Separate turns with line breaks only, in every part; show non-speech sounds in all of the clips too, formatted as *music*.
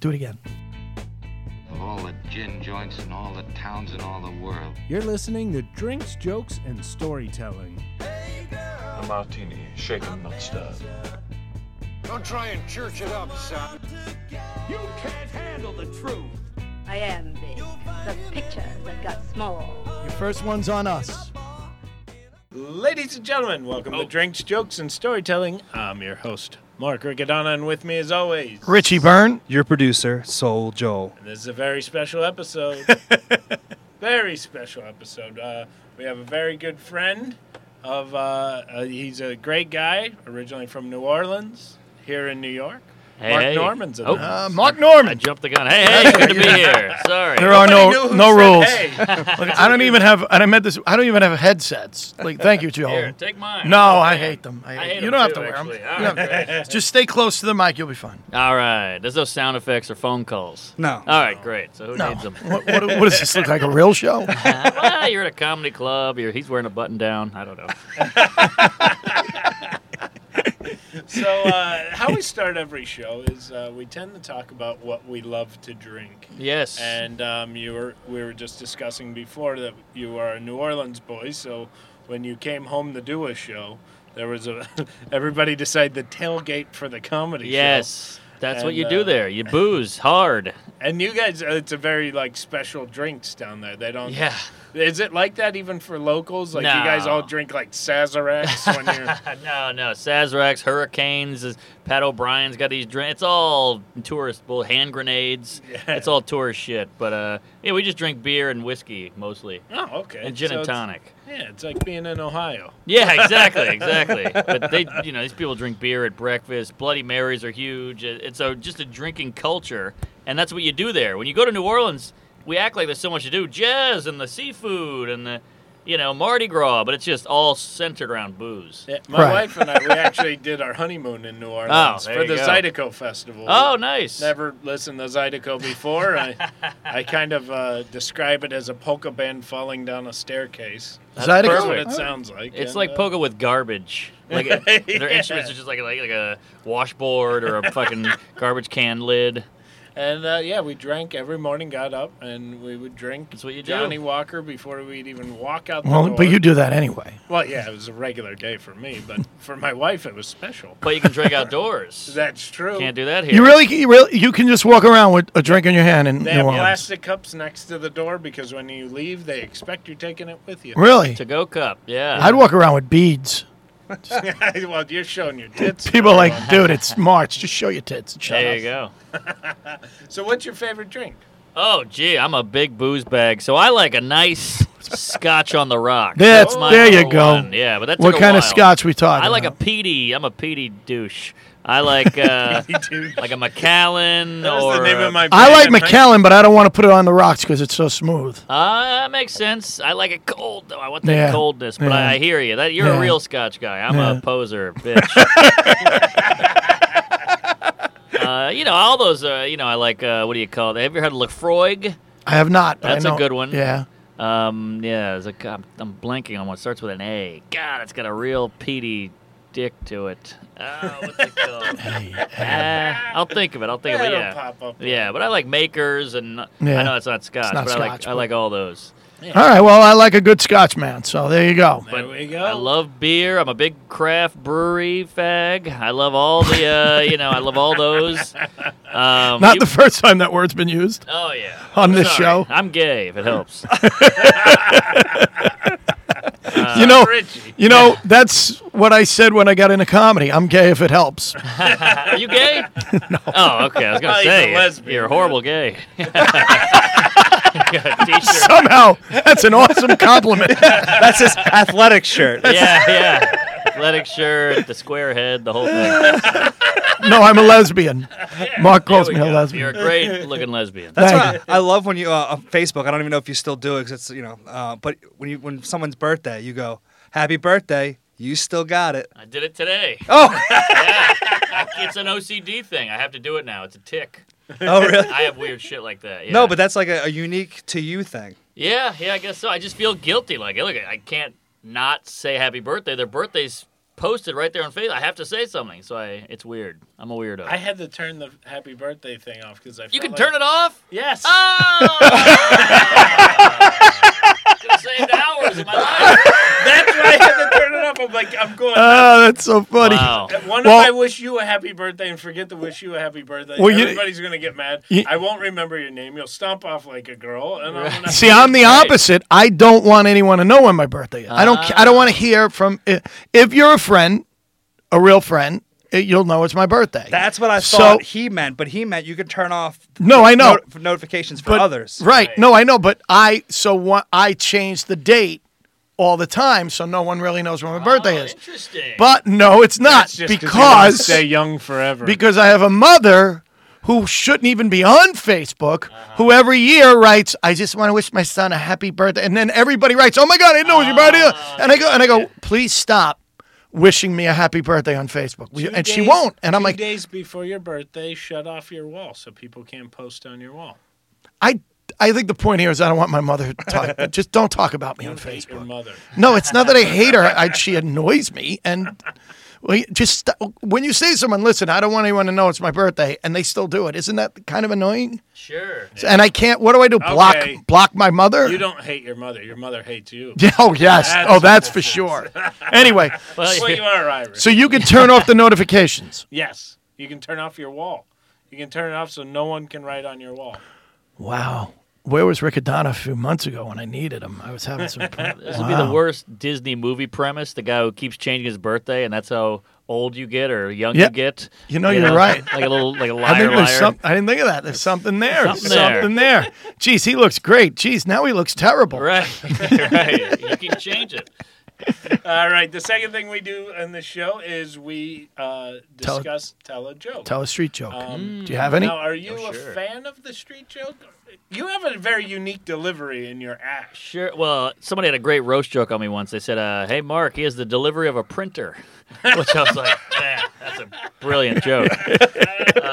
Do it again.
Of all the gin joints in all the towns in all the world.
You're listening to Drinks, Jokes, and Storytelling.
A martini, shaken, not stirred.
Don't try and church it up, son.
You can't handle the truth.
I am big. The picture that got small.
Your first one's on us.
Ladies and gentlemen, welcome
Oh.
to Drinks, Jokes, and Storytelling. I'm your host, Mark Riccadonna, and with me as always,
Richie Byrne.
Your producer, Soul Joel.
And this is a very special
*laughs*
episode. very special episode. Uh, we have a very good friend of. Uh, uh, he's a great guy, originally from New Orleans, here in New York.
Hey,
Mark
hey.
Norman's in
Oh.
the house.
Uh, Mark
I
Norman.
jumped the gun. Hey, hey, good to be here. Sorry.
There are
Nobody
no
knew who
no
said
rules.
hey.
Look, I don't even have. And I meant this. I don't even have headsets. Like, thank you, Joel.
Here, take mine.
No, I hate them. I hate
I hate
them. You
them
don't have
too,
to wear
actually.
them.
All
You don't
right,
have to- Just stay close to the mic. You'll be fine.
All right. There's no sound effects or phone calls.
No.
All right, great. So who
No.
*laughs* needs them?
What, what, what does this look like? A real show?
well, you're at a comedy club. You're, he's wearing a button down. I don't know.
So,
*laughs*
uh, how we start every show is uh, we tend to talk about what we love to drink.
*laughs* Yes.
And um, you were we were just discussing before that you are a New Orleans boy, so when you came home to do a show, there was a *laughs* everybody decided to tailgate for the comedy show.
yes. That's what
And,
you
uh,
do there. You booze hard.
And you guys, uh, it's a very like special drinks down there. They don't.
Yeah.
Is it like that even for locals? Like you guys
No.
all drink like Sazeracs when you're.
*laughs* *laughs* no, no. Sazeracs, Hurricanes, is- Pat O'Brien's got these drinks. It's all tourist bull hand grenades. It's all tourist shit. But uh, yeah, we just drink beer and whiskey mostly,
Oh, okay.
and gin
So
and
it's-
tonic.
Yeah, it's like being in Ohio.
Yeah, exactly, exactly. but they, you know, these people drink beer at breakfast. Bloody Marys are huge. It- It's a, just a drinking culture, and that's what you do there. When you go to New Orleans, we act like there's so much to do: jazz and the seafood and the, you know, Mardi Gras. But it's just all centered around booze.
Yeah, my
Right.
wife and I,
*laughs*
we actually did our honeymoon in New Orleans
Oh, there
for
you
the
go.
Zydeco Festival.
Oh, nice.
Never listened to Zydeco before. I, I kind of uh, describe it as a polka band falling down a staircase.
Zydeco?
That's what it
Perfect.
sounds like.
It's
and,
like
uh,
poker with garbage.
*laughs*
Like uh, their instruments are just like like, like a washboard or a fucking garbage can lid.
And uh, yeah, we drank every morning, got up, and we would drink
That's what you do.
Johnny Walker before we'd even walk out the
Well,
door.
but you do that anyway.
Well, yeah, it was a regular day for me, but for my wife, it was special.
But you can
*laughs*
drink outdoors.
That's true.
Can't do that here.
You really, you really, you can just walk around with a drink in your hand in
They
New
have
Orleans.
plastic cups next to the door because when you leave, they expect you're taking it with you.
Really?
to go cup. Yeah.
I'd walk around with beads.
*laughs* well, you're showing your tits.
People are like, dude, it's March. Just show your tits. And shut
there
up.
you go.
So, what's your
*laughs*
favorite drink?
Oh, gee, I'm a big booze bag, so I like a nice scotch on the
*laughs*
rocks.
That's-
my
there you
number
go.
one. Yeah, but that's
What kind of scotch we talking?
I like a
about?
peaty. I'm a peaty douche.
*laughs*
I like uh, like a Macallan
That
or uh,
was the name
a-
of my.
I like
band, right?
McAllen, but I don't want to put it on the rocks because it's so smooth.
Ah, that makes sense. I like it cold though. I want that
Yeah.
coldness. But
Yeah.
I, I hear you. That you're
Yeah.
a real Scotch guy. I'm
Yeah.
a
*laughs*
poser, bitch. uh, you know all those. Uh, you know I like. Uh, what do you call it? Have you heard of Lefroig?
I have not. But I
That's a
know-
good one.
Yeah.
Um, yeah, there's a, I'm, I'm blanking on one. It starts with an A. God, it's got a real peaty dick to
*laughs*
it. Oh, what's
*laughs*
it called? *laughs* Ah, I'll think of it. I'll think of it.
That'll
Yeah.
pop up.
Yeah, but I like makers and
Yeah.
I know it's not Scotch,
not
but I
Scotch,
like I
but-
like all those.
All right. Well, I like a good scotch, man. So there you go.
There we go.
I love beer. I'm a big craft brewery fag. I love all the
*laughs*
uh, you know, I love all those. Um,
Not
you-
the first time that word's been used.
Oh yeah.
on this show.
I'm gay if
*laughs*
it helps. Uh,
you know,
Richie.
you know, that's what I said when I got into comedy. I'm gay if it helps.
Are you
*laughs*
gay? no. Oh, okay. I was gonna
Oh, he's a
say
lesbian.
you're a horrible gay. *laughs*
*laughs*
T-shirt.
Somehow, that's an awesome
*laughs*
compliment.
That's his athletic shirt.
Yeah, yeah. Athletic shirt, the square head, the whole
*laughs*
thing.
No, I'm a lesbian. Mark calls
There we
me a
go.
lesbian.
You're a great looking lesbian.
Thank
That's
you.
right. I love when you uh, on Facebook. I don't even know if you still do it 'cause it's you know. Uh, but when you when someone's birthday, you go, "Happy birthday! You still
*laughs*
got it."
I did it today.
*laughs* Oh,
It's an OCD thing. I have to do it now. It's a tick.
oh, really?
I have weird shit like that. Yeah.
*laughs* No, but that's like a, a unique to you thing.
Yeah, yeah, I guess so. I just feel guilty. Like, look, I can't not say happy birthday. Their birthday's posted right there on Facebook. I have to say something, so I it's weird. I'm a weirdo.
I had to turn the happy birthday thing off because I.
you can turn it off. Ah!
Yes.
*laughs* Oh! Could've saved hours of my *laughs* life.
That's why I had to turn it off. I'm like, I'm going.
Oh, that's so funny.
Wow.
One
Well-
if I wish you a happy birthday and forget to wish you a happy birthday.
Well, you-
Everybody's gonna get mad.
You-
I won't remember your name. You'll stomp off like a girl. And I'm gonna,
See, I'm the opposite. I don't want anyone to know when my birthday is. I don't. ca- I don't
Ah.
want to hear from. i- If you're a friend, a real friend, it, you'll know it's my birthday.
That's what I
So-
thought he meant, but he meant you could turn off
No, I know.
not- notifications for
but,
others.
Right. No, I know, but I so what I change the date all the time, so no one really knows when my birthday
Oh,
is.
Interesting.
But no, it's not
That's just you wanna
because
stay young forever.
because I have a mother who shouldn't even be on Facebook,
Uh-huh.
who every year writes, "I just want to wish my son a happy birthday," and then everybody writes, "Oh my God, I didn't know it was your birthday,"
Ah.
and I go, and I go, "Please stop wishing me a happy birthday on Facebook,"
Two
and she
days-
won't, and I'm
two
like,
days before your birthday, shut off your wall so people can't post on your wall.
I. I think the point here is I don't want my mother to
*laughs*
talk. just don't talk about me on
You hate Your
Facebook.
mother.
No, it's not that I hate her. I, she annoys me. And well, you- just st- when you say to someone, listen, I don't want anyone to know it's my birthday, and they still do it, isn't that kind of annoying?
sure.
And I can't. What do I do? Block
Okay.
block my mother?
You don't hate your mother. Your mother hates you.
*laughs* Yeah, Oh yes.
That's
oh, that's for *laughs* sure. anyway,
Well,
Well, you are Irish.
so you can turn off the notifications.
yes, you can turn off your wall. You can turn it off so no one can write on your wall.
Wow. Where was Riccadonna a few months ago when I needed him? I was having *laughs* some.
This would be the worst Disney movie premise. The guy who keeps changing his birthday, and that's how old you get or young
Yeah.
you get.
You know, you're right.
Like a little, like a
I
liar,
think there's
liar.
some, I didn't think of that. There's something there.
Something there.
Something there. Jeez, he looks great. Jeez, now he looks terrible.
Right, *laughs* right. You can change it.
All right. The second thing we do in the show is we uh,
Tell-
discuss tell, a joke.
Tell a street joke.
Um,
do you have any?
Now, are you
Oh,
a
sure.
fan of the street joke? You have a very unique delivery in your act.
Sure. Well, somebody had a great roast joke on me once. They said, uh, "Hey, Mark, he has the delivery of a printer," *laughs* which I was like, "Man, that's a brilliant joke."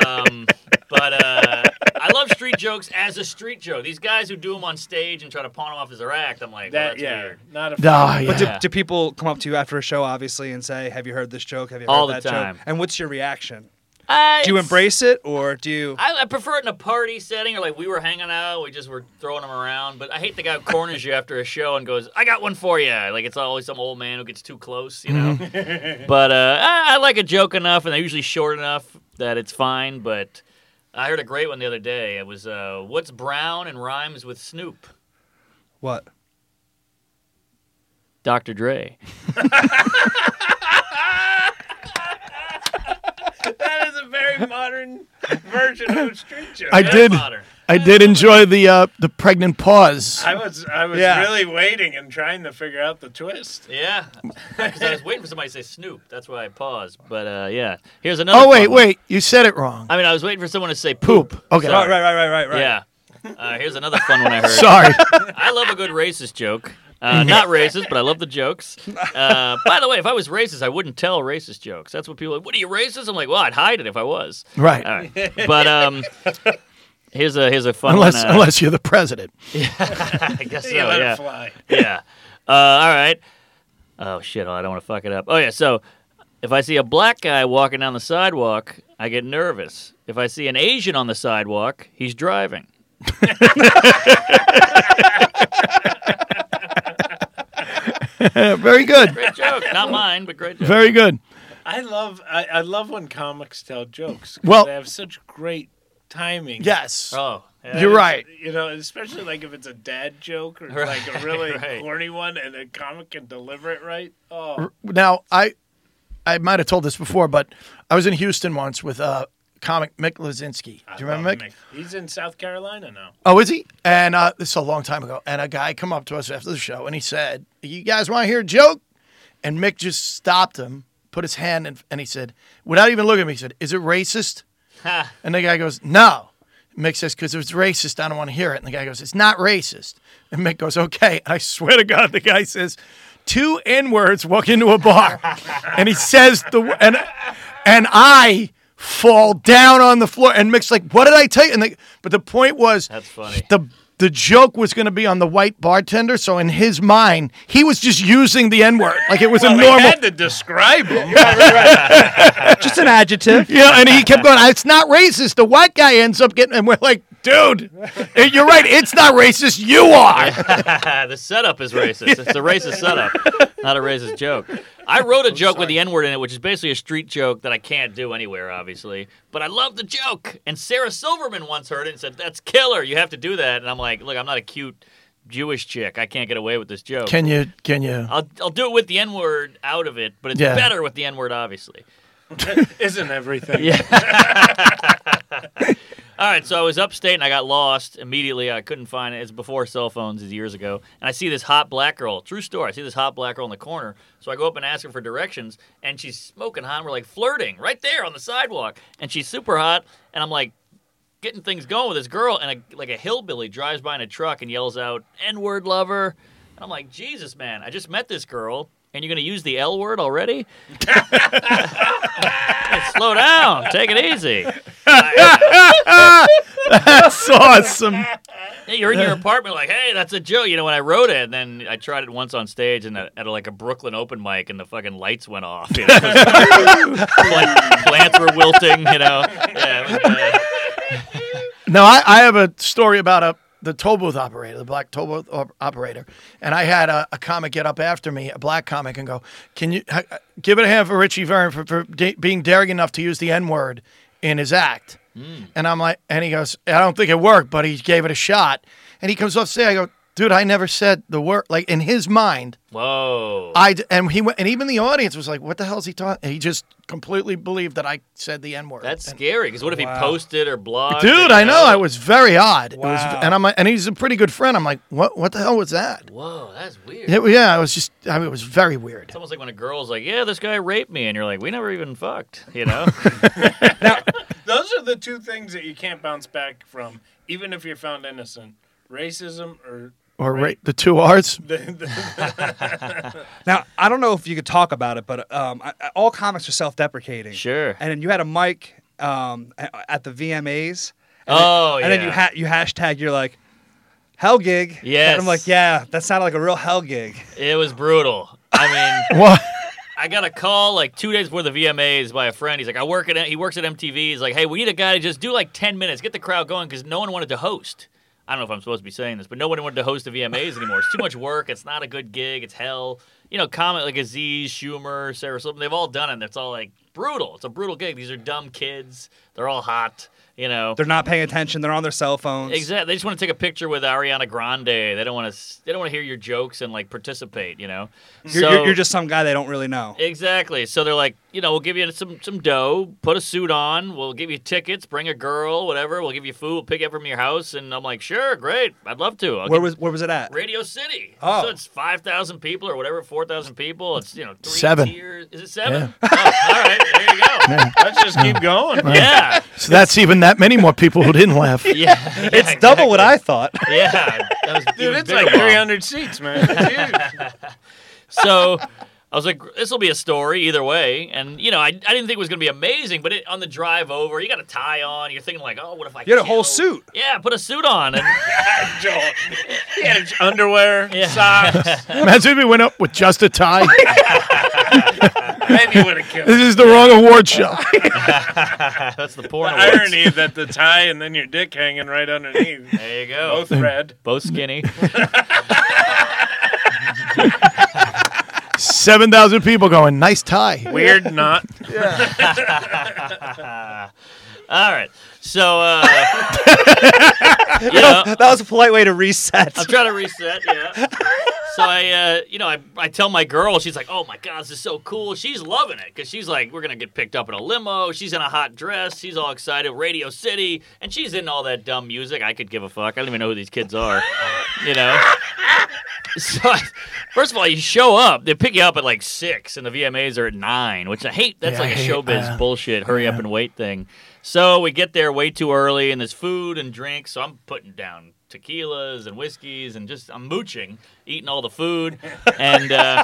Um, but uh, I love street jokes as a street joke. These guys who do them on stage and try to pawn them off as their act, I'm like, well,
That
Oh, that's
yeah,
weird.
not a
Ah, yeah.
But do,
Yeah.
do people come up to you after a show, obviously, and say, "Have you heard this joke? Have you heard
All the
that
time.
joke?" And what's your reaction?
Uh,
Do you
it's-
embrace it or do you?
I, I prefer it in a party setting or like we were hanging out, we just were throwing them around. But I hate the guy who corners you after a show and goes, "I got one for you." Like it's always some old man who gets too close, you
*laughs*
know. but uh, I, I like a joke enough, and they're usually short enough that it's fine. But I heard a great one the other day. It was, uh, "What's brown and rhymes with Snoop?"
What?
Dr. Dre.
That is a
*laughs*
very modern version of a street joke.
I did.
Potter.
I did enjoy the uh, the pregnant pause.
I was I was
Yeah.
really waiting and trying to figure out the twist.
Yeah, *laughs* because I was waiting for somebody to say Snoop. That's why I paused. But uh, yeah, here's another.
oh wait,
fun one.
wait, you said it wrong.
I mean, I was waiting for someone to say
Poop.
poop.
Okay.
Sorry.
Right, right, right, right, right, right.
Yeah. Uh, here's another fun one I heard. *laughs*
Sorry.
I love a good racist joke. Uh, not racist, but I love the jokes. Uh, by the way, if I was racist, I wouldn't tell racist jokes. That's what people are like. What are you racist? I'm like, well, I'd hide it if I was.
right.
All right. But um, here's a here's a fun
Unless
one. uh,
unless you're the president.
I
*laughs*
guess so.
you let
yeah
it fly.
yeah. Uh, all right. Oh shit! I don't want to fuck it up. Oh yeah. So if I see a black guy walking down the sidewalk, I get nervous. If I see an Asian on the sidewalk, he's driving.
Yeah, very good.
Great joke. Not mine, but great joke.
Very good.
I love I, I love when comics tell jokes. 'cause
Well-
they have such great timing.
Yes.
*laughs* oh. yeah.
You're right.
You know, especially like if it's a dad joke or
Right,
like
*laughs*
a really
right.
corny one, and a comic can deliver it right. Oh,
Now I I might have told this before, but I was in Houston once with uh, comic Mick Lozinski. Do you remember Mick?
oh, He's in South Carolina now.
Oh, is he? And uh, this is a long time ago. And a guy come up to us after the show and he said, "You guys want to hear a joke?" And Mick just stopped him, put his hand, in, and he said, without even looking at me, he said, "Is it racist?"
Ha.
And the guy goes, "No." Mick says, "Because if it's racist, I don't want to hear it." And the guy goes, "It's not racist." And Mick goes, "Okay." And I swear to God, the guy says, two N words walk into a bar, and he says the w- and and I fall down on the floor. And Mick's like, "What did I tell you?" And they, but the point was,
That's funny.
the the joke was going to be on the white bartender. So in his mind, he was just using the N word like it was a
Well,
normal.
they had to
*laughs*
describe him.
*laughs* Just an adjective.
Yeah, and he kept going. It's not racist. The white guy ends up getting, and we're like, dude, eh, you're right. It's not racist. You are.
the setup is racist. It's a
*laughs*
racist setup, not a racist joke. I wrote a joke with the N word in it, which is basically a street joke that I can't do anywhere, obviously. But I love the joke. And Sarah Silverman once heard it and said, That's killer. You have to do that. And I'm like, Look, I'm not a cute Jewish chick. I can't get away with this joke.
Can you? Can you?
I'll, I'll do it with the N word out of it, but it's
Yeah.
better with the N word, obviously.
*laughs*
Isn't everything?
All right, so I was upstate and I got lost immediately. I couldn't find it. It's before cell phones, it's years ago. And I see this hot black girl. True story. I see this hot black girl in the corner. So I go up and ask her for directions, and she's smoking hot. And we're like flirting right there on the sidewalk, and she's super hot. And I'm like getting things going with this girl, and a, like a hillbilly drives by in a truck and yells out "N word lover." And I'm like, Jesus, man! I just met this girl, and you're gonna use the L word already? *laughs* Slow down. Take it easy.
That's awesome.
Yeah,
*laughs*
you're in your apartment, like, hey, that's a joke. You know, when I wrote it, and then I tried it once on stage and at, at like a Brooklyn open mic, and the fucking lights went off. You know? *laughs* Pla- plants were wilting. You know, yeah, it was, uh,
Now, I, I have a story about a the toll booth operator, the black toll booth op- operator, and I had a, a comic get up after me, a black comic, and go, "Can you ha- give it a hand for Richie Verne for, for da- being daring enough to use the N word in his act?" And I'm like, and he goes, "I don't think it worked, but he gave it a shot." And he comes up stage, I go, "Dude, I never said the word." Like in his mind,
whoa.
I d- and he went, and even the audience was like, "What the hell is he talking?" He just completely believed that I said the N word.
That's scary. Because what if he posted or blogged? or,
Dude,
you
I know. I was very odd. It was,
Wow.
and I'm like, and he's a pretty good friend. I'm like, what? What the hell was that?
Whoa, that's weird.
It- yeah, I was just. I mean, it was very weird.
It's almost like when a girl's like, "Yeah, this guy raped me," and you're like, "We never even fucked,"
*laughs*
you know?
Those are the two things that you can't bounce back from, even if you're found innocent: racism or
Or right, the two R's.
the, the
Now I don't know if you could talk about it, but um, I, I- all comics are self-deprecating.
Sure.
And then you had a mic um, a- at the VMAs. And
Oh,
then, And then you
yeah.
ha- you hashtag. You're like. Hell gig.
Yes.
And I'm like, yeah, that sounded like a real hell gig.
it was brutal. I mean.
What?
I got a call like two days before the VMAs by a friend. He's like, I work at he works at MTV. He's like, hey, we need a guy to just do like ten minutes, get the crowd going, because no one wanted to host. I don't know if I'm supposed to be saying this, but no one wanted to host the VMAs anymore. It's too much work. It's not a good gig. It's hell. You know, comic like Aziz, Schumer, Sarah Silverman, they've all done it. And it's all like brutal. It's a brutal gig. These are dumb kids. They're all hot. You know,
They're not paying attention. They're on their cell phones.
Exactly. They just want to take a picture with Ariana Grande. They don't want to. They don't want to hear your jokes and like participate. You know.
You're,
so,
you're, you're just some guy they don't really know.
Exactly. So they're like, you know, we'll give you some some dough, put a suit on, we'll give you tickets, bring a girl, whatever. We'll give you food, we'll pick it up from your house. And I'm like, sure, great, I'd love to. I'll
Where
get-
was where was it at?
Radio City?
Oh.
so it's five thousand people or whatever, four thousand people. It's you know three
Seven.
tiers. Is it seven? Oh, all right, there
*laughs*
you go.
let's just keep going.
Yeah,
So that's even that many more people who didn't laugh.
yeah, *laughs*
It's double what I thought.
yeah. That was
Dude,
even
it's
bigger
like
bomb.
300 seats, man. It's
*laughs*
huge.
so I was like, this will be a story either way. And, you know, I, I didn't think it was going to be amazing, but it, on the drive over, you got a tie on. You're thinking, like, oh, what if I
You had a whole
kill-
suit.
Yeah, put a suit on.
*laughs*
And
Joel. He had his underwear,
Yeah.
socks.
*laughs* Imagine if we went up with just a tie. *laughs*
Maybe would have killed
this is the wrong award show.
*laughs* that's the porn
The
awards.
*laughs* irony that the tie and then your dick hanging right underneath.
There you go.
Both red.
Both skinny.
Seven thousand people going. Nice tie.
Weird knot.
All right.
*laughs*
So, uh, you know,
*laughs* That was a polite way to reset.
I'm trying to reset. Yeah. So I, uh, you know, I, I tell my girl, she's like, "Oh my god, this is so cool." She's loving it because she's like, "We're gonna get picked up in a limo." She's in a hot dress. She's all excited. Radio City, and she's in all that dumb music. I could give a fuck. I don't even know who these kids are. You know. So, I, first of all, you show up. They pick you up at like six, and the VMAs are at nine, which I hate. That's
Yeah,
like
I
a
hate uh,
showbiz
that.
bullshit. Hurry up and wait thing. So we get there way too early, and there's food and drinks. So I'm putting down tequilas and whiskeys, and just I'm mooching, eating all the food, and uh,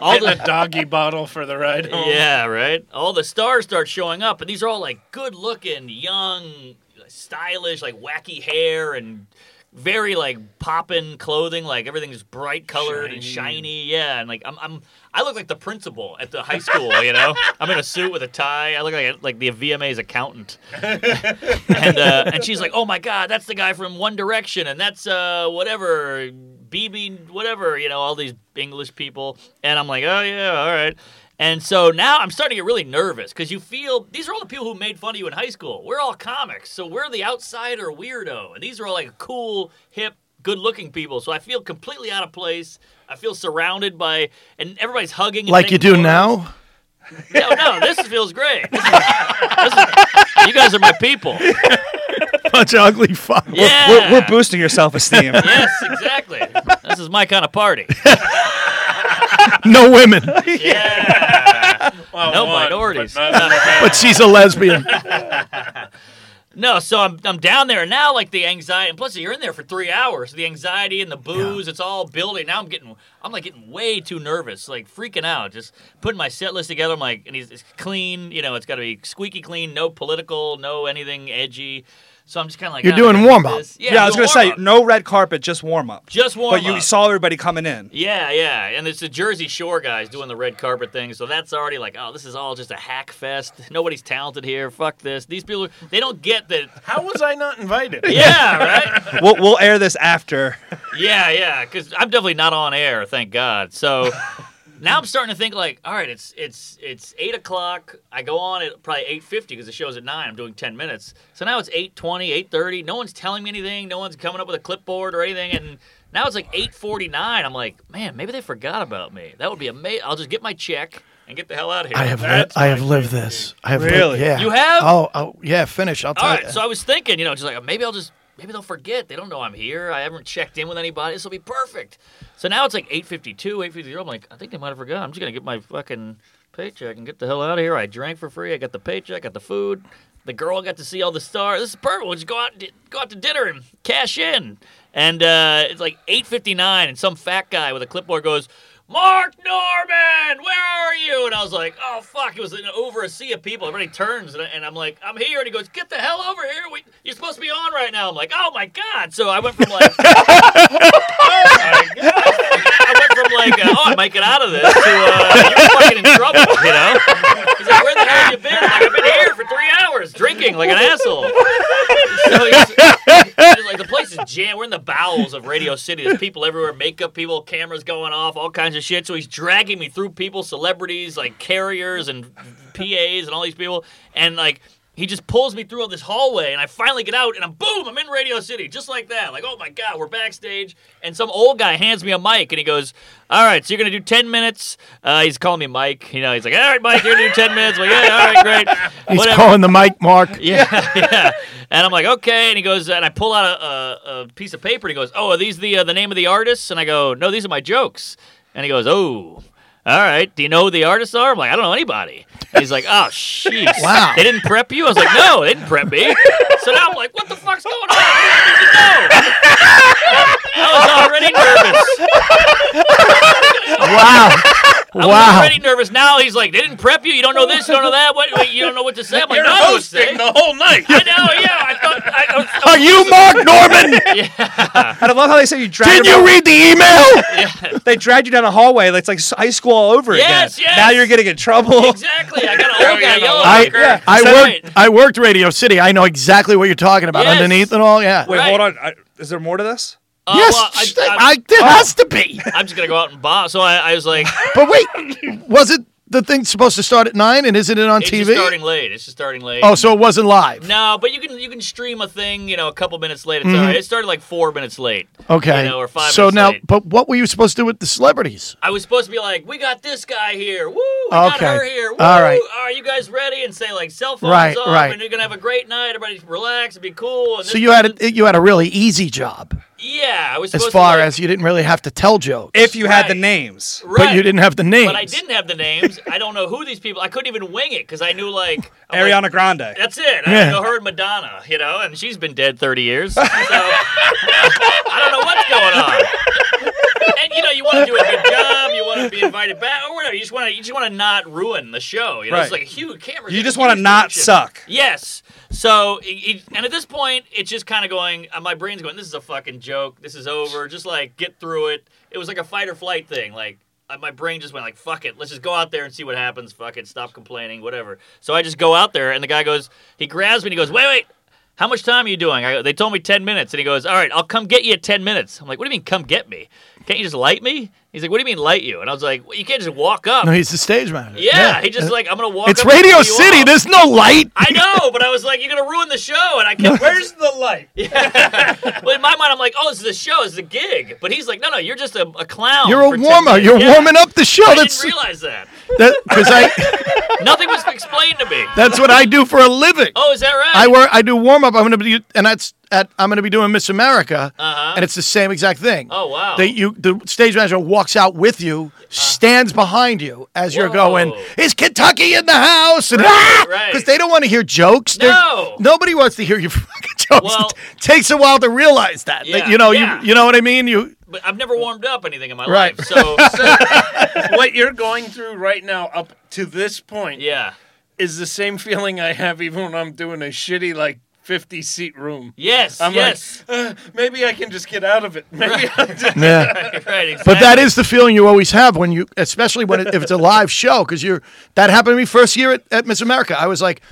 all
Getting
the
a doggy bottle for the ride home.
yeah, right. All the stars start showing up, and these are all like good-looking, young, stylish, like wacky hair and very like poppin' clothing, like everything's bright colored and shiny. Yeah, and like I'm, I'm I look like the principal at the high school. You know, I'm in a suit with a tie. I look like like the VMA's accountant. and
*laughs*
uh, and she's like, oh my god, that's the guy from One Direction, and that's uh, whatever BB, whatever. You know, all these English people, and I'm like, oh yeah, all right. And so now I'm starting to get really nervous because you feel these are all the people who made fun of you in high school. We're all comics, so we're the outsider weirdo, and these are all like cool, hip, good-looking people. So I feel completely out of place. I feel surrounded by, and everybody's hugging. and
Like you do
taking photos.
now? *laughs*
No, no, this feels great. This is, this is- you guys are my people.
Bunch of ugly fuck.
Yeah,
We're, we're boosting your
*laughs*
self esteem.
yes, exactly. This is my kind of party.
No women.
Well,
No
one, but
minorities.
not enough.
But she's a lesbian.
*laughs* No, so I'm, I'm down there and now. Like the anxiety, and plus you're in there for three hours. The anxiety and the booze, it's all building. Now I'm getting, I'm like getting way too nervous, like freaking out. Just putting my set list together. I'm like, and he's it's clean. You know, it's got to be squeaky clean, no political, no anything edgy. So I'm just kind of like
You're
"Ah, I
doing
gotta do
warm-up."
this."
Yeah, I was
doing
gonna say
warm-up.
no red carpet, just warm up.
Just warm
But you
up.
saw everybody coming in.
Yeah, yeah, and it's the Jersey Shore guys doing the red carpet thing, so that's already like, oh, this is all just a hack fest. Nobody's talented here. Fuck this. These people, they don't get that.
How was I not invited?
Yeah, right.
We'll, we'll air this
*laughs*
after.
Yeah, yeah, because I'm definitely not on air. Thank God. So now I'm starting to think like, all right, it's it's it's eight o'clock. I go on at probably eight fifty because the show's at nine. I'm doing ten minutes. So now it's 8.20, 8.30. No one's telling me anything. No one's coming up with a clipboard or anything. And now it's like eight forty nine. I'm like, man, maybe they forgot about me. That would be amazing. I'll just get my check and get the hell out of here.
I have li-
That's
I have lived this. I have lived-
Really?
yeah.
You have?
Oh, oh yeah. Finish. I'll tell
All right,
you.
so I was thinking, you know, just like maybe I'll just maybe they'll forget. They don't know I'm here. I haven't checked in with anybody. This will be perfect. So now it's like 8:52, 8:53. I'm like, I think they might have forgot. I'm just gonna get my fucking paycheck and get the hell out of here. I drank for free. I got the paycheck. I got the food. The girl got to see all the stars. This is perfect. We'll just go out, and di- go out to dinner and cash in. And uh, it's like 8:59, and some fat guy with a clipboard goes. Mark Norman, where are you? And I was like, oh fuck! It was an over a sea of people. Everybody turns, and, I, and I'm like, I'm here. And he goes, get the hell over here. We, you're supposed to be on right now. I'm like, oh my god! So I went from like, *laughs* oh my god! I went from like, uh, oh, I might get out of this to uh, you're fucking in trouble. You know? He's like, where the hell have you been? I'm like, I've been here for three hours drinking like an asshole. *laughs* So he's, it's like the place is jammed. We're in the bowels of Radio City. There's people everywhere, makeup people, cameras going off, all kinds of shit. So he's dragging me through people, celebrities, like carriers and PAs and all these people, and like. He just pulls me through all this hallway, and I finally get out, and I'm boom, I'm in Radio City, just like that. Like, oh my god, we're backstage, and some old guy hands me a mic, and he goes, "All right, so you're gonna do 10 minutes." Uh, he's calling me Mike, you know. He's like, "All right, Mike, you're gonna do 10 minutes." I'm like, yeah, all right, great.
He's
Whatever.
calling the mic,
*laughs*
Mark.
Yeah, yeah. And I'm like, okay. And he goes, and I pull out a, a, a piece of paper. And he goes, oh, are these the uh, the name of the artists? And I go, no, these are my jokes. And he goes, oh, all right. Do you know who the artists are? I'm like, I don't know anybody. And he's like, oh, jeez.
Wow.
They didn't prep you? I was like, no, they didn't prep me. So now I'm like, what the fuck's going on? I don't even know. I was already nervous.
Wow.
I was
wow.
already nervous. Now he's like, they didn't prep you. You don't know this. You don't know that. What? Wait, you don't know what to say. I'm like,
You're
no, I know what to say.
hosting the whole night.
I know. Yeah. I thought. I, I was, I
Are you Mark
*laughs*
Norman?
And I love how they say you
Did
dragged
you read the email?
They dragged you down a hallway. Like, it's like s- high school all over
Yes,
again.
yes.
Now you're getting in trouble.
*laughs* Exactly. I got an old
we got
guy
a
*laughs*
yelling
I,
at me.
yeah,
I
That's
worked.
right.
I worked Radio City. I know exactly what you're talking about.
Yes.
Underneath and all. Yeah.
Wait,
Right.
hold on. I, is there more to this?
Uh,
yes.
well, I,
sh- I,
I, Oh.
there has to
*laughs*
be.
am just gonna go out and bomb. So I, I
*laughs*
was like,
But wait, was it the thing supposed to start at nine? And isn't it on
it's just
TV?
starting late. It's just starting late.
oh, so it wasn't live.
No, but you can you can stream a thing, you know, a couple minutes late. It's
Mm-hmm.
all right. It started like four minutes late.
okay.
You know, or five
so
minutes
now,
late.
but what were you supposed to do with the celebrities?
I was supposed to be like, we got this guy here. Woo! We got
Okay.
her here. Woo!
All right.
Are you guys ready? And say like cell phones
Right,
off,
right.
and you're gonna have a great night. Everybody relax and be cool. And
So
this
you had
person-
a, you had a really easy job
yeah. I was
as
supposed
far
to, like,
as you didn't really have to tell jokes,
If you had the
Right.
names.
right.
but you didn't have the names.
But I didn't have the names. I don't know who these people. I couldn't even wing it because I knew like I'm like,
Ariana Grande.
That's it. I
Yeah.
know her and Madonna, you know, *laughs* and she's been dead 30 years. So I don't know what's going on. and you know, you want to do a good job, you want to be invited back, or whatever. You just want to, you just want to not ruin the show. You know, it's
Right.
like a huge camera.
You just wanna not suck.
Yes. So, it, it- and at this point, it's just kind of going. Uh, my brain's going. This is a fucking joke. This is over. Just like get through it. It was like a fight or flight thing. Like uh, my brain just went like, fuck it. Let's just go out there and see what happens. Fuck it. Stop complaining. Whatever. So I just go out there, and the guy goes. He grabs me. and He goes, wait, wait. How much time are you doing? I go, they told me 10 minutes. And he goes, All right, I'll come get you at 10 minutes. I'm like, What do you mean, come get me? Can't you just light me? He's like, What do you mean, light you? And I was like, well, You can't just walk up.
No, he's the stage manager.
yeah, he just like, I'm going to walk
It's
up. and
Radio
pull you
City.
off."
There's no light.
I know, but I was like, You're going to ruin the show. And I kept, Where's the light? Yeah. well, in my mind, I'm like, Oh, this is a show. This is a gig. But he's like, No, no, you're just a, a clown.
You're a
for 10
warmer.
minutes."
You're
Yeah.
warming up the show.
I
that's *laughs*
didn't realize that.
because I
Nothing was explained to me.
that's what I do for a living.
Oh, is that right?
I work. I do warm up. I'm gonna be and that's at. I'm gonna be doing Miss America,
Uh-huh.
and it's the same exact thing.
Oh, wow. Uh.
That you the stage manager walks out with you, stands behind you as you're going.
Whoa.
Is Kentucky in the house? And "Ah!"
right.
Because they don't want to hear jokes. They're-
No.
Nobody wants to hear your *laughs* fucking jokes.
Well-
it takes a while to realize that.
Yeah,
that you know.
yeah.
You you know what I mean. You.
But I've never warmed up anything in my
Right. *laughs*
life. So,
what you're going through right now, up to this point,
yeah.
is the same feeling I have even when I'm doing a shitty like 50 seat room.
Yes,
I'm
yes.
like, uh, maybe I can just get out of it. Maybe I'll just-
Yeah.
right, exactly.
But that is the feeling you always have when you, especially when it, if it's a
*laughs*
live show, because you're. That happened to me first year at, at Miss America. I was like,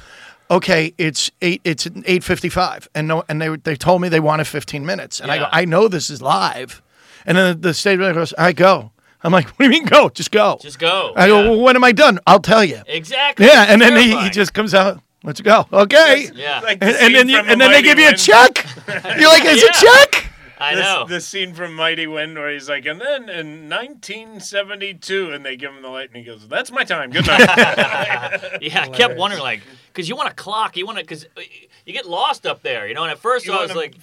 okay, it's eight, it's eight fifty five, and no, and they were- they told me they wanted fifteen minutes, and I go,
Yeah.
I know this is live, and then the stage manager goes, I go. I'm like, what do you mean go? Just go.
Just go.
I go.
yeah.
Well, when am I done? I'll tell you. *laughs*
exactly.
Yeah, and then he, he
Terrifying.
just comes out. Let's go. Okay.
Yeah,
like the
And, and then
scene
you,
from
and
A
then they
Mighty
give you a
Wind.
check. You're like, is it
Yeah.
check?
I
This-
know.
The scene from Mighty Wind where he's like, and then in 1972, and they give him the light, and he goes, "That's my time. Good night."
*laughs* yeah, I kept wondering, like, because you want to clock, you want to, because you get lost up there, you know. And at first,
You
I was
wanna-
like,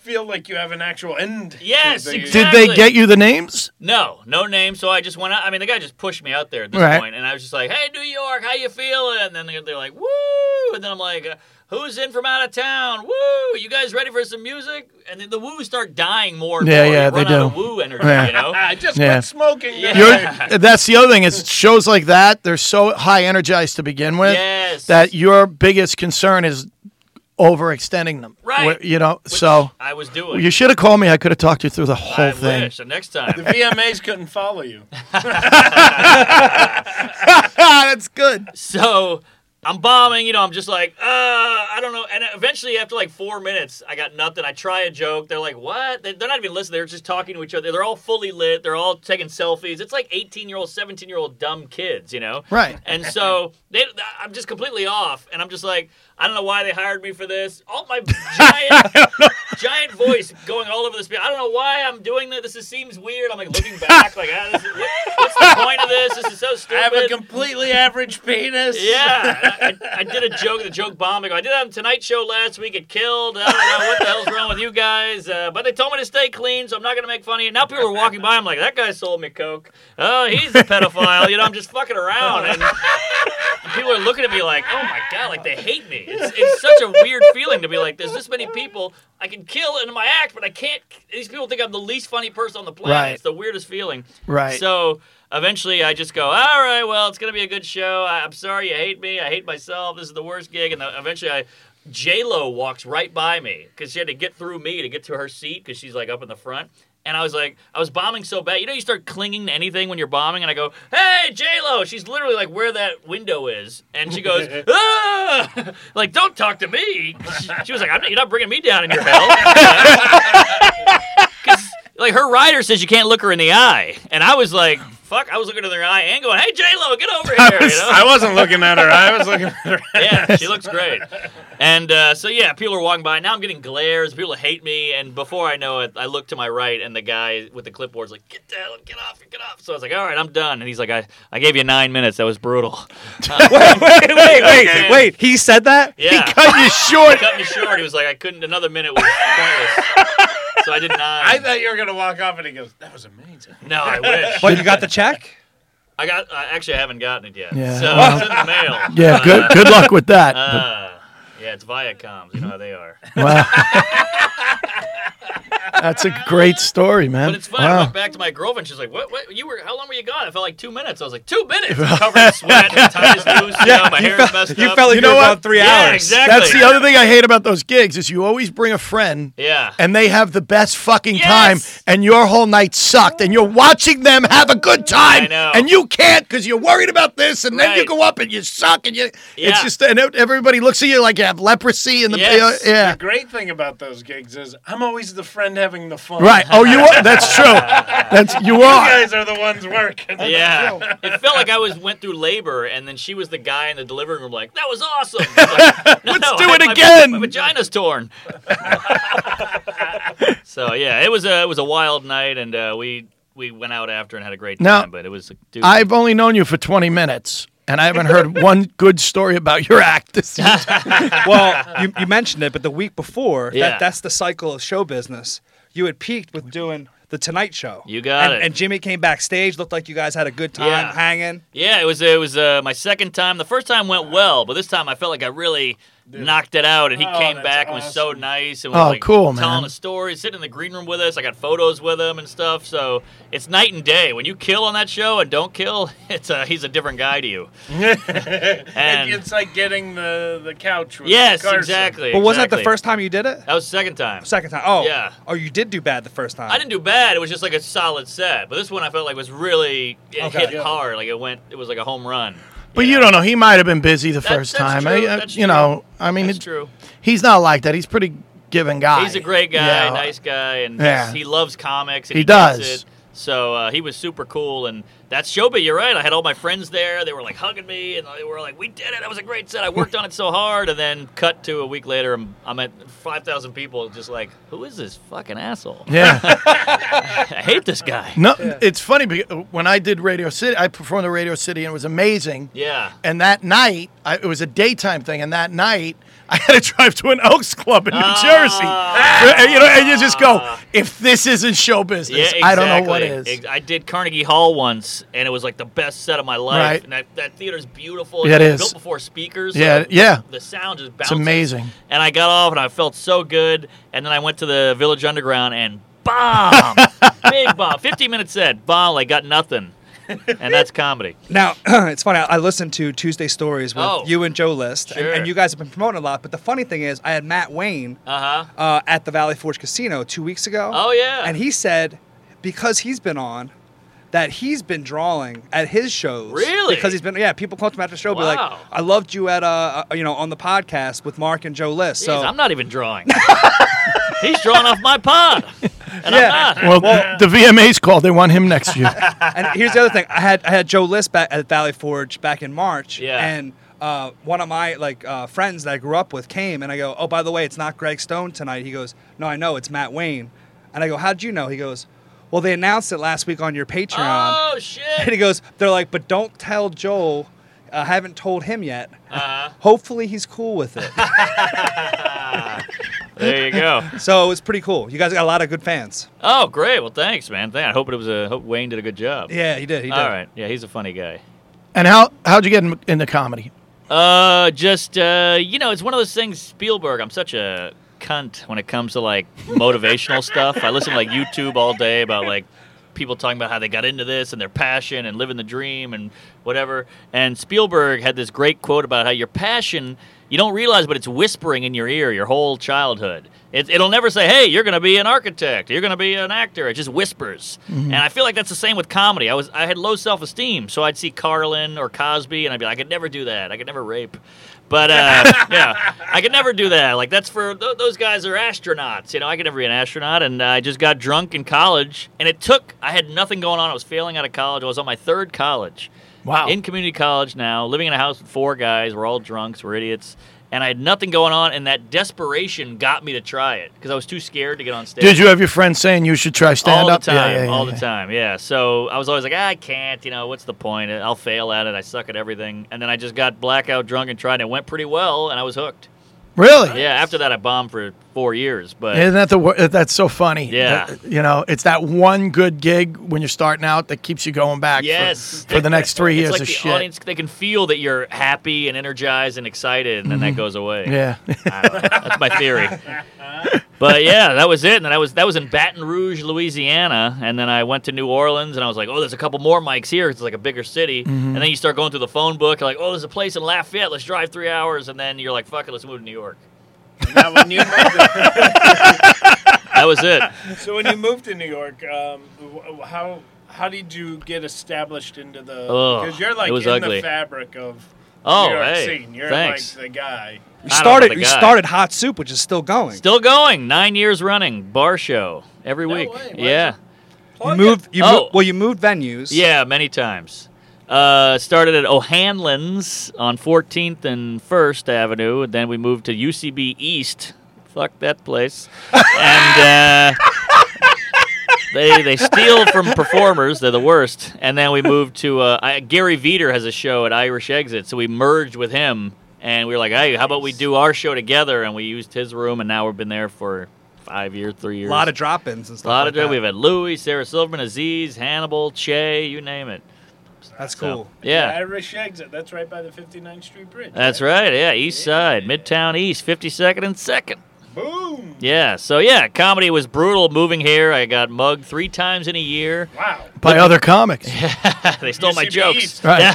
Feel like you have an actual end. to
Yes,
the-
exactly.
Did they get you the names?
no, no name. So I just went out. I mean, the guy just pushed me out there at this
Right.
point, and I was just like, "Hey, New York, how you feeling?" And then they're, they're like, "Woo!" And then I'm like, uh, "Who's in from out of town? Woo! You guys ready for some music?" And then the woos start dying more. And
Yeah,
more.
yeah,
You run
they
out Of
do.
woo energy,
Yeah.
you
*laughs*
know.
I just
Yeah.
quit smoking.
Yeah. *laughs*
You're, that's the other thing is shows like that they're so high energized to begin with
Yes.
that your biggest concern is overextending them
Right.
Wh- you know
Which
so
I was doing.
you should have called me i could have talked you through the whole
I
thing
wish. So next time.
VMAs couldn't follow
*laughs*
you.
that's good
So I'm bombing, you know, I'm just like, uh, I don't know. And eventually, after like four minutes, I got nothing. I try a joke. They're like, what? They- They're not even listening. They're just talking to each other. They're all fully lit. They're all taking selfies. It's like 18 year old, 17 year old dumb kids, you know?
Right.
And so they, I'm just completely off. And I'm just like, I don't know why they hired me for this. All my giant, giant voice going all over the space. I don't know why I'm doing this. This is- seems weird. I'm like looking back, like, ah, this is, what, what's the point of this? This is so
I
stupid.
have a completely average penis.
Yeah, I, I I did a joke, the joke bomb. I go, I did that on Tonight Show last week. It killed. I don't know what the hell's wrong with you guys. Uh, but they told me to stay clean, so I'm not going to make fun of you. Now people are walking by. I'm like, that guy sold me Coke. Oh, he's a pedophile. You know, I'm just fucking around. And, and people are looking at me like, oh my God, like they hate me. It's, it's such a weird feeling to be like, there's this many people I can kill in my act, but I can't. These people think I'm the least funny person on the planet.
Right.
It's the weirdest feeling.
Right.
So eventually I just go, all right, well, it's going to be a good show. I, I'm sorry you hate me. I hate myself. This is the worst gig. And then eventually I. J-Lo walks right by me because she had to get through me to get to her seat because she's like up in the front. And I was like, I was bombing so bad. You know, you start clinging to anything when you're bombing. And I go, hey, J-Lo. She's literally like where that window is. And she goes, ah! *laughs* like, don't talk to me. She, she was like, I'm not, you're not bringing me down in your hell. like her rider says you can't look her in the eye, and I was like, "Fuck!" I was looking in her eye and going, "Hey, J Lo, get over here!" you know?
*laughs* I wasn't looking at her. I was looking at her.
yeah, she looks great. And uh, so yeah, people are walking by. Now I'm getting glares. People hate me. And before I know it, I look to my right, and the guy with the clipboard's like, "Get down, get off, get off." So I was like, "All right, I'm done." And he's like, "I, I gave you nine minutes. That was brutal."
wait, *laughs* wait, wait,
Okay.
wait, wait. He said that?
Yeah, he
cut you short
cut me short. He was like, "I couldn't." Another minute was pointless. So I did nine.
I thought you were gonna walk off, and he goes, "That was amazing."
no, I wish.
*laughs* But you got the check?
I got. Uh, actually, I haven't gotten it yet.
Yeah.
So it's in the mail.
yeah good good luck with that
*laughs* Ah, Uh, yeah, it's Viacom. You know how they are.
Wow. *laughs* That's a great story, man.
But it's fun. I
Wow.
went back to my girlfriend. She's like, "What? What? You were? How long were you gone?" I felt like two minutes. I was like, two minutes." I'm covered in sweat. My tie is loose. Yeah,
*laughs*
my hair is messed
You
up.
felt like you,
know
were
what?
gone three
Yeah,
hours.
exactly.
That's the other thing I hate about those gigs is you always bring a friend
Yeah.
and they have the best fucking
Yes!
time and your whole night sucked and you're watching them have a good time
I know.
and you can't because you're worried about this and then you
Right.
go up and you suck and you it's
Yeah.
just and everybody looks at you like you have leprosy and the
Yes.
yeah.
The great thing about those gigs is I'm always the friend having the fun.
Right. Oh, you are. That's true. That's you
You
are.
guys are the ones working.
yeah, it felt like I was went through labor, and then she was the guy in the delivery room, like that was awesome. I'm Like, no,
Let's do
I-
it
my-
again."
My, vagina's torn. so yeah, it was a it was a wild night, and uh, we we went out after and had a great
Now,
time. but it was dude,
I've only known you for 20 minutes and I haven't
*laughs*
heard one good story about your act this season.
*laughs* well, you, you mentioned it, but the week before,
Yeah.
that, that's the cycle of show business. You had peaked with doing the Tonight Show.
You got
and,
it.
And Jimmy came backstage, looked like you guys had a good time
Yeah.
hanging.
Yeah, it was it was uh, my second time. The first time went well, but this time I felt like I really knocked it out. And he
Oh,
came
that's
back and was so nice and was
Oh,
like
cool,
telling
man.
a story, sitting in the green room with us. I got photos with him and stuff. So it's night and day when you kill on that show and don't kill. *laughs* It's uh, he's a different guy to
*laughs*
you.
It-
and
it's like getting the, the couch. With
yes,
Carson.
exactly.
But wasn't that the
exactly.
first time you did it?
That was the second time.
Second time. Oh,
Yeah.
Oh, you did do bad the first time.
I didn't do bad. It was just like a solid set. But this one I felt like was really it
Okay.
hit
Yeah.
hard. Like it went. It was like a home run.
But you don't know. He might have been busy the
That-
first
that's
time.
true,
I- I-
that's
you
true.
know, I mean,
That's
it-
true.
he's not like that. He's pretty giving guy.
He's a great guy,
Yeah.
nice guy, and
Yeah.
he's- he loves comics. And
He
he, gets
does.
It. So uh, he was super cool, and that's Showbiz. You're right. I had all my friends there. They were like hugging me, and they were like, "We did it. That was a great set. I worked on it so hard." And then cut to a week later, I'm, I'm at five thousand people, just like, "Who is this fucking asshole?
*laughs*
*laughs*
Yeah.
I hate this guy."
No, it's funny because when I did Radio City, I performed at Radio City and it was amazing.
Yeah.
And that night, I, it was a daytime thing, and that night *laughs* I had to drive to an Oaks Club in New
Ah.
Jersey. And, you know, and you just go, if this isn't show business,
Yeah, exactly.
I don't know what is.
Ex- I did Carnegie Hall once, and it was like the best set of my life.
Right.
And that, that theater's beautiful.
Yeah, it
was
is.
Built before speakers. so
Yeah, yeah.
The sound just bounces.
amazing.
And I got off, and I felt so good. And then I went to the Village Underground, and
*laughs*
bomb, big bomb. Fifteen minutes set, bomb. Like got nothing. And that's comedy.
Now *clears throat* it's funny. I I listened to Tuesday Stories with
Oh.
you and Joe List, and,
Sure.
and you guys have been promoting a lot. But the funny thing is, I had Matt Wayne
Uh huh.
uh, at the Valley Forge Casino two weeks ago.
Oh, yeah.
and he said because he's been on. That he's been drawing at his shows,
Really?
Because he's been, yeah. People come up to him after the show, be like,
Wow.
"I loved you at, uh, uh, you know, on the podcast with Mark and Joe List." So
Jeez, I'm not even drawing. *laughs* He's drawing off my pod, and
Yeah.
I'm not.
Well, the VMAs called. They want him next
*laughs*
year.
and here's the other thing. I had I had Joe List back at Valley Forge back in March.
Yeah.
And uh, one of my like uh, friends that I grew up with came and I go, oh by the way, it's not Greg Stone tonight. He goes, no, I know it's Matt Wayne. And I go, how'd you know? He goes, well they announced it last week on your Patreon.
Oh
And
shit!
he *laughs* goes, they're like, but don't tell Joel. uh, I haven't told him yet.
Uh-huh.
Hopefully he's cool with it.
There you go.
so it was pretty cool. You guys got a lot of good fans.
Oh, great. Well, thanks, man. Thank. I hope it was a hope Wayne did a good job.
Yeah, he did. He did.
All right. Yeah, he's a funny guy.
and how how'd you get in, into comedy?
Uh, just uh, you know, it's one of those things. Spielberg. I'm such a cunt when it comes to like motivational stuff. I listen to like YouTube all day about like people talking about how they got into this and their passion and living the dream and whatever. And Spielberg had this great quote about how your passion. You don't realize, but it's whispering in your ear your whole childhood. It, it'll never say, "Hey, you're going to be an architect. You're going to be an actor." It just whispers, and I feel like that's the same with comedy. I was I had low self esteem, so I'd see Carlin or Cosby, and I'd be like, "I could never do that. I could never rape." But uh, yeah, I could never do that. Like that's for th- those guys are astronauts. You know, I could never be an astronaut. And I just got drunk in college, and it took. I had nothing going on. I was failing out of college. I was on my third college.
Wow.
In community college now, living in a house with four guys. We're all drunks. We're idiots. And I had nothing going on, and that desperation got me to try it because I was too scared to get on stage
Did you have your friends saying you should try stand
all
up?
the time, all the time. Yeah. So I was always like, "Ah, I can't. You know, what's the point? I'll fail at it. I suck at everything. And then I just got blackout drunk and tried, and it went pretty well, and I was hooked.
Really?
Yeah. After that, I bombed for four years, but
Isn't that the wor- that's so funny?
Yeah.
That, you know, it's that one good gig when you're starting out that keeps you going back. for-
yes,
For, the next three years
it's like
of
the
shit.
audience, they can feel that you're happy and energized and excited, and then that goes away.
Mm-hmm. Yeah. *laughs*
I don't know. That's my theory. But yeah, that was it. And then I was that was in Baton Rouge, Louisiana, and then I went to New Orleans, and I was like, oh, there's a couple more mics here. It's like a bigger city,
Mm-hmm.
and then you start going through the phone book, you're like, oh, there's a place in Lafayette. Let's drive three hours, and then you're like, fuck it, let's move to New York.
Now, when you moved
*laughs* That
*laughs*
was it.
to, so when you moved to New York, um, wh- how how did you get established into the?
Ugh,
Because you're like
it was
in
ugly.
the fabric of
Oh,
New York
hey,
scene. You're
thanks.
like the guy.
I don't
We
know
started.
the
We
guy.
started Hot Soup, which is still going.
Still going, nine years running, bar show every
No
week.
way, why
yeah.
is it-
you moved. You
Oh.
mo- well, you moved venues.
Yeah, many times. Uh, started at O'Hanlon's on 14th and 1st Avenue, and then we moved to UCB East. Fuck that place. and uh, they they steal from performers; they're the worst. And then we moved to uh, I, Gary Veter has a show at Irish Exit, so we merged with him, and we were like, hey, how about we do our show together? And we used his room, and now we've been there for five years, three
A
years.
lot of drop-ins and
A
stuff.
lot of
like
good.
that.
We've had Louis, Sarah Silverman, Aziz, Hannibal, Che, you name it.
That's
So,
cool.
yeah.
Irish exit. That's right by the 59th Street Bridge.
That's right. Yeah. East Side, Midtown East, 52nd and 2nd.
Boom.
Yeah. So, yeah, comedy was brutal moving here. I got mugged three times in a
*laughs*
year.
Wow.
by other comics.
they stole my
UCB
jokes.
East.
*laughs*
Right.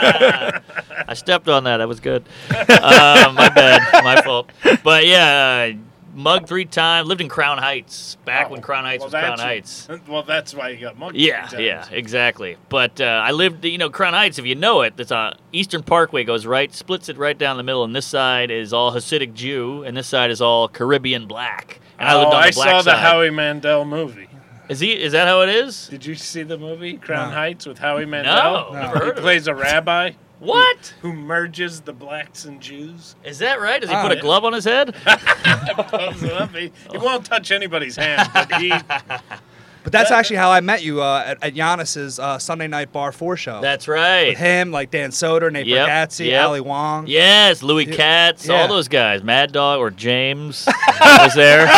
I stepped on that. That was good. uh, my bad. My fault. But, yeah, uh, mugged three times. Lived in Crown Heights back when Crown Heights
Oh, Well,
was Crown
that's-
Heights.
*laughs* Well, that's why you got monkey.
Yeah, yeah, exactly. But uh, I lived, you know, Crown Heights. If you know it, that's uh, Eastern Parkway goes right, splits it right down the middle, and this side is all Hasidic Jew, and this side is all Caribbean Black. And I lived
oh,
on the
I
black
saw
side.
the Howie Mandel movie.
is he? Is that how it is?
Did you see the movie Crown
No.
Heights with Howie Mandel?
No,
No.
never
He
heard of it.
plays a rabbi
What
who merges the blacks and Jews.
is that right? Does he
Oh,
put a
yeah.
glove on his head?
Loves it up. he, he won't touch anybody's hand, but he
But that's actually how I met you uh, at, at Giannis's uh, Sunday Night Bar Four show.
That's right.
With him, like Dan Soder, Nate
Yep,
Bargatze,
yep.
Ali Wong.
Yes, Louis Katz,
yeah.
all those guys, Mad Dog or James was there.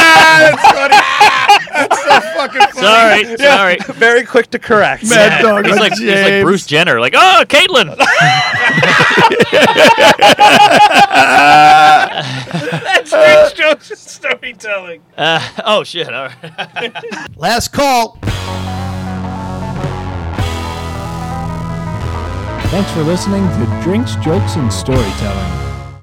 fucking
Sorry, sorry.
Very *laughs* quick
*laughs*
to correct.
Mad Dog.
He's
or
like, he's like
James.
Bruce Jenner, like, oh, Caitlin.
that's Rich Joseph storytelling.
Uh, oh shit! All right.
Last call.
Thanks for listening to Drinks, Jokes, and Storytelling.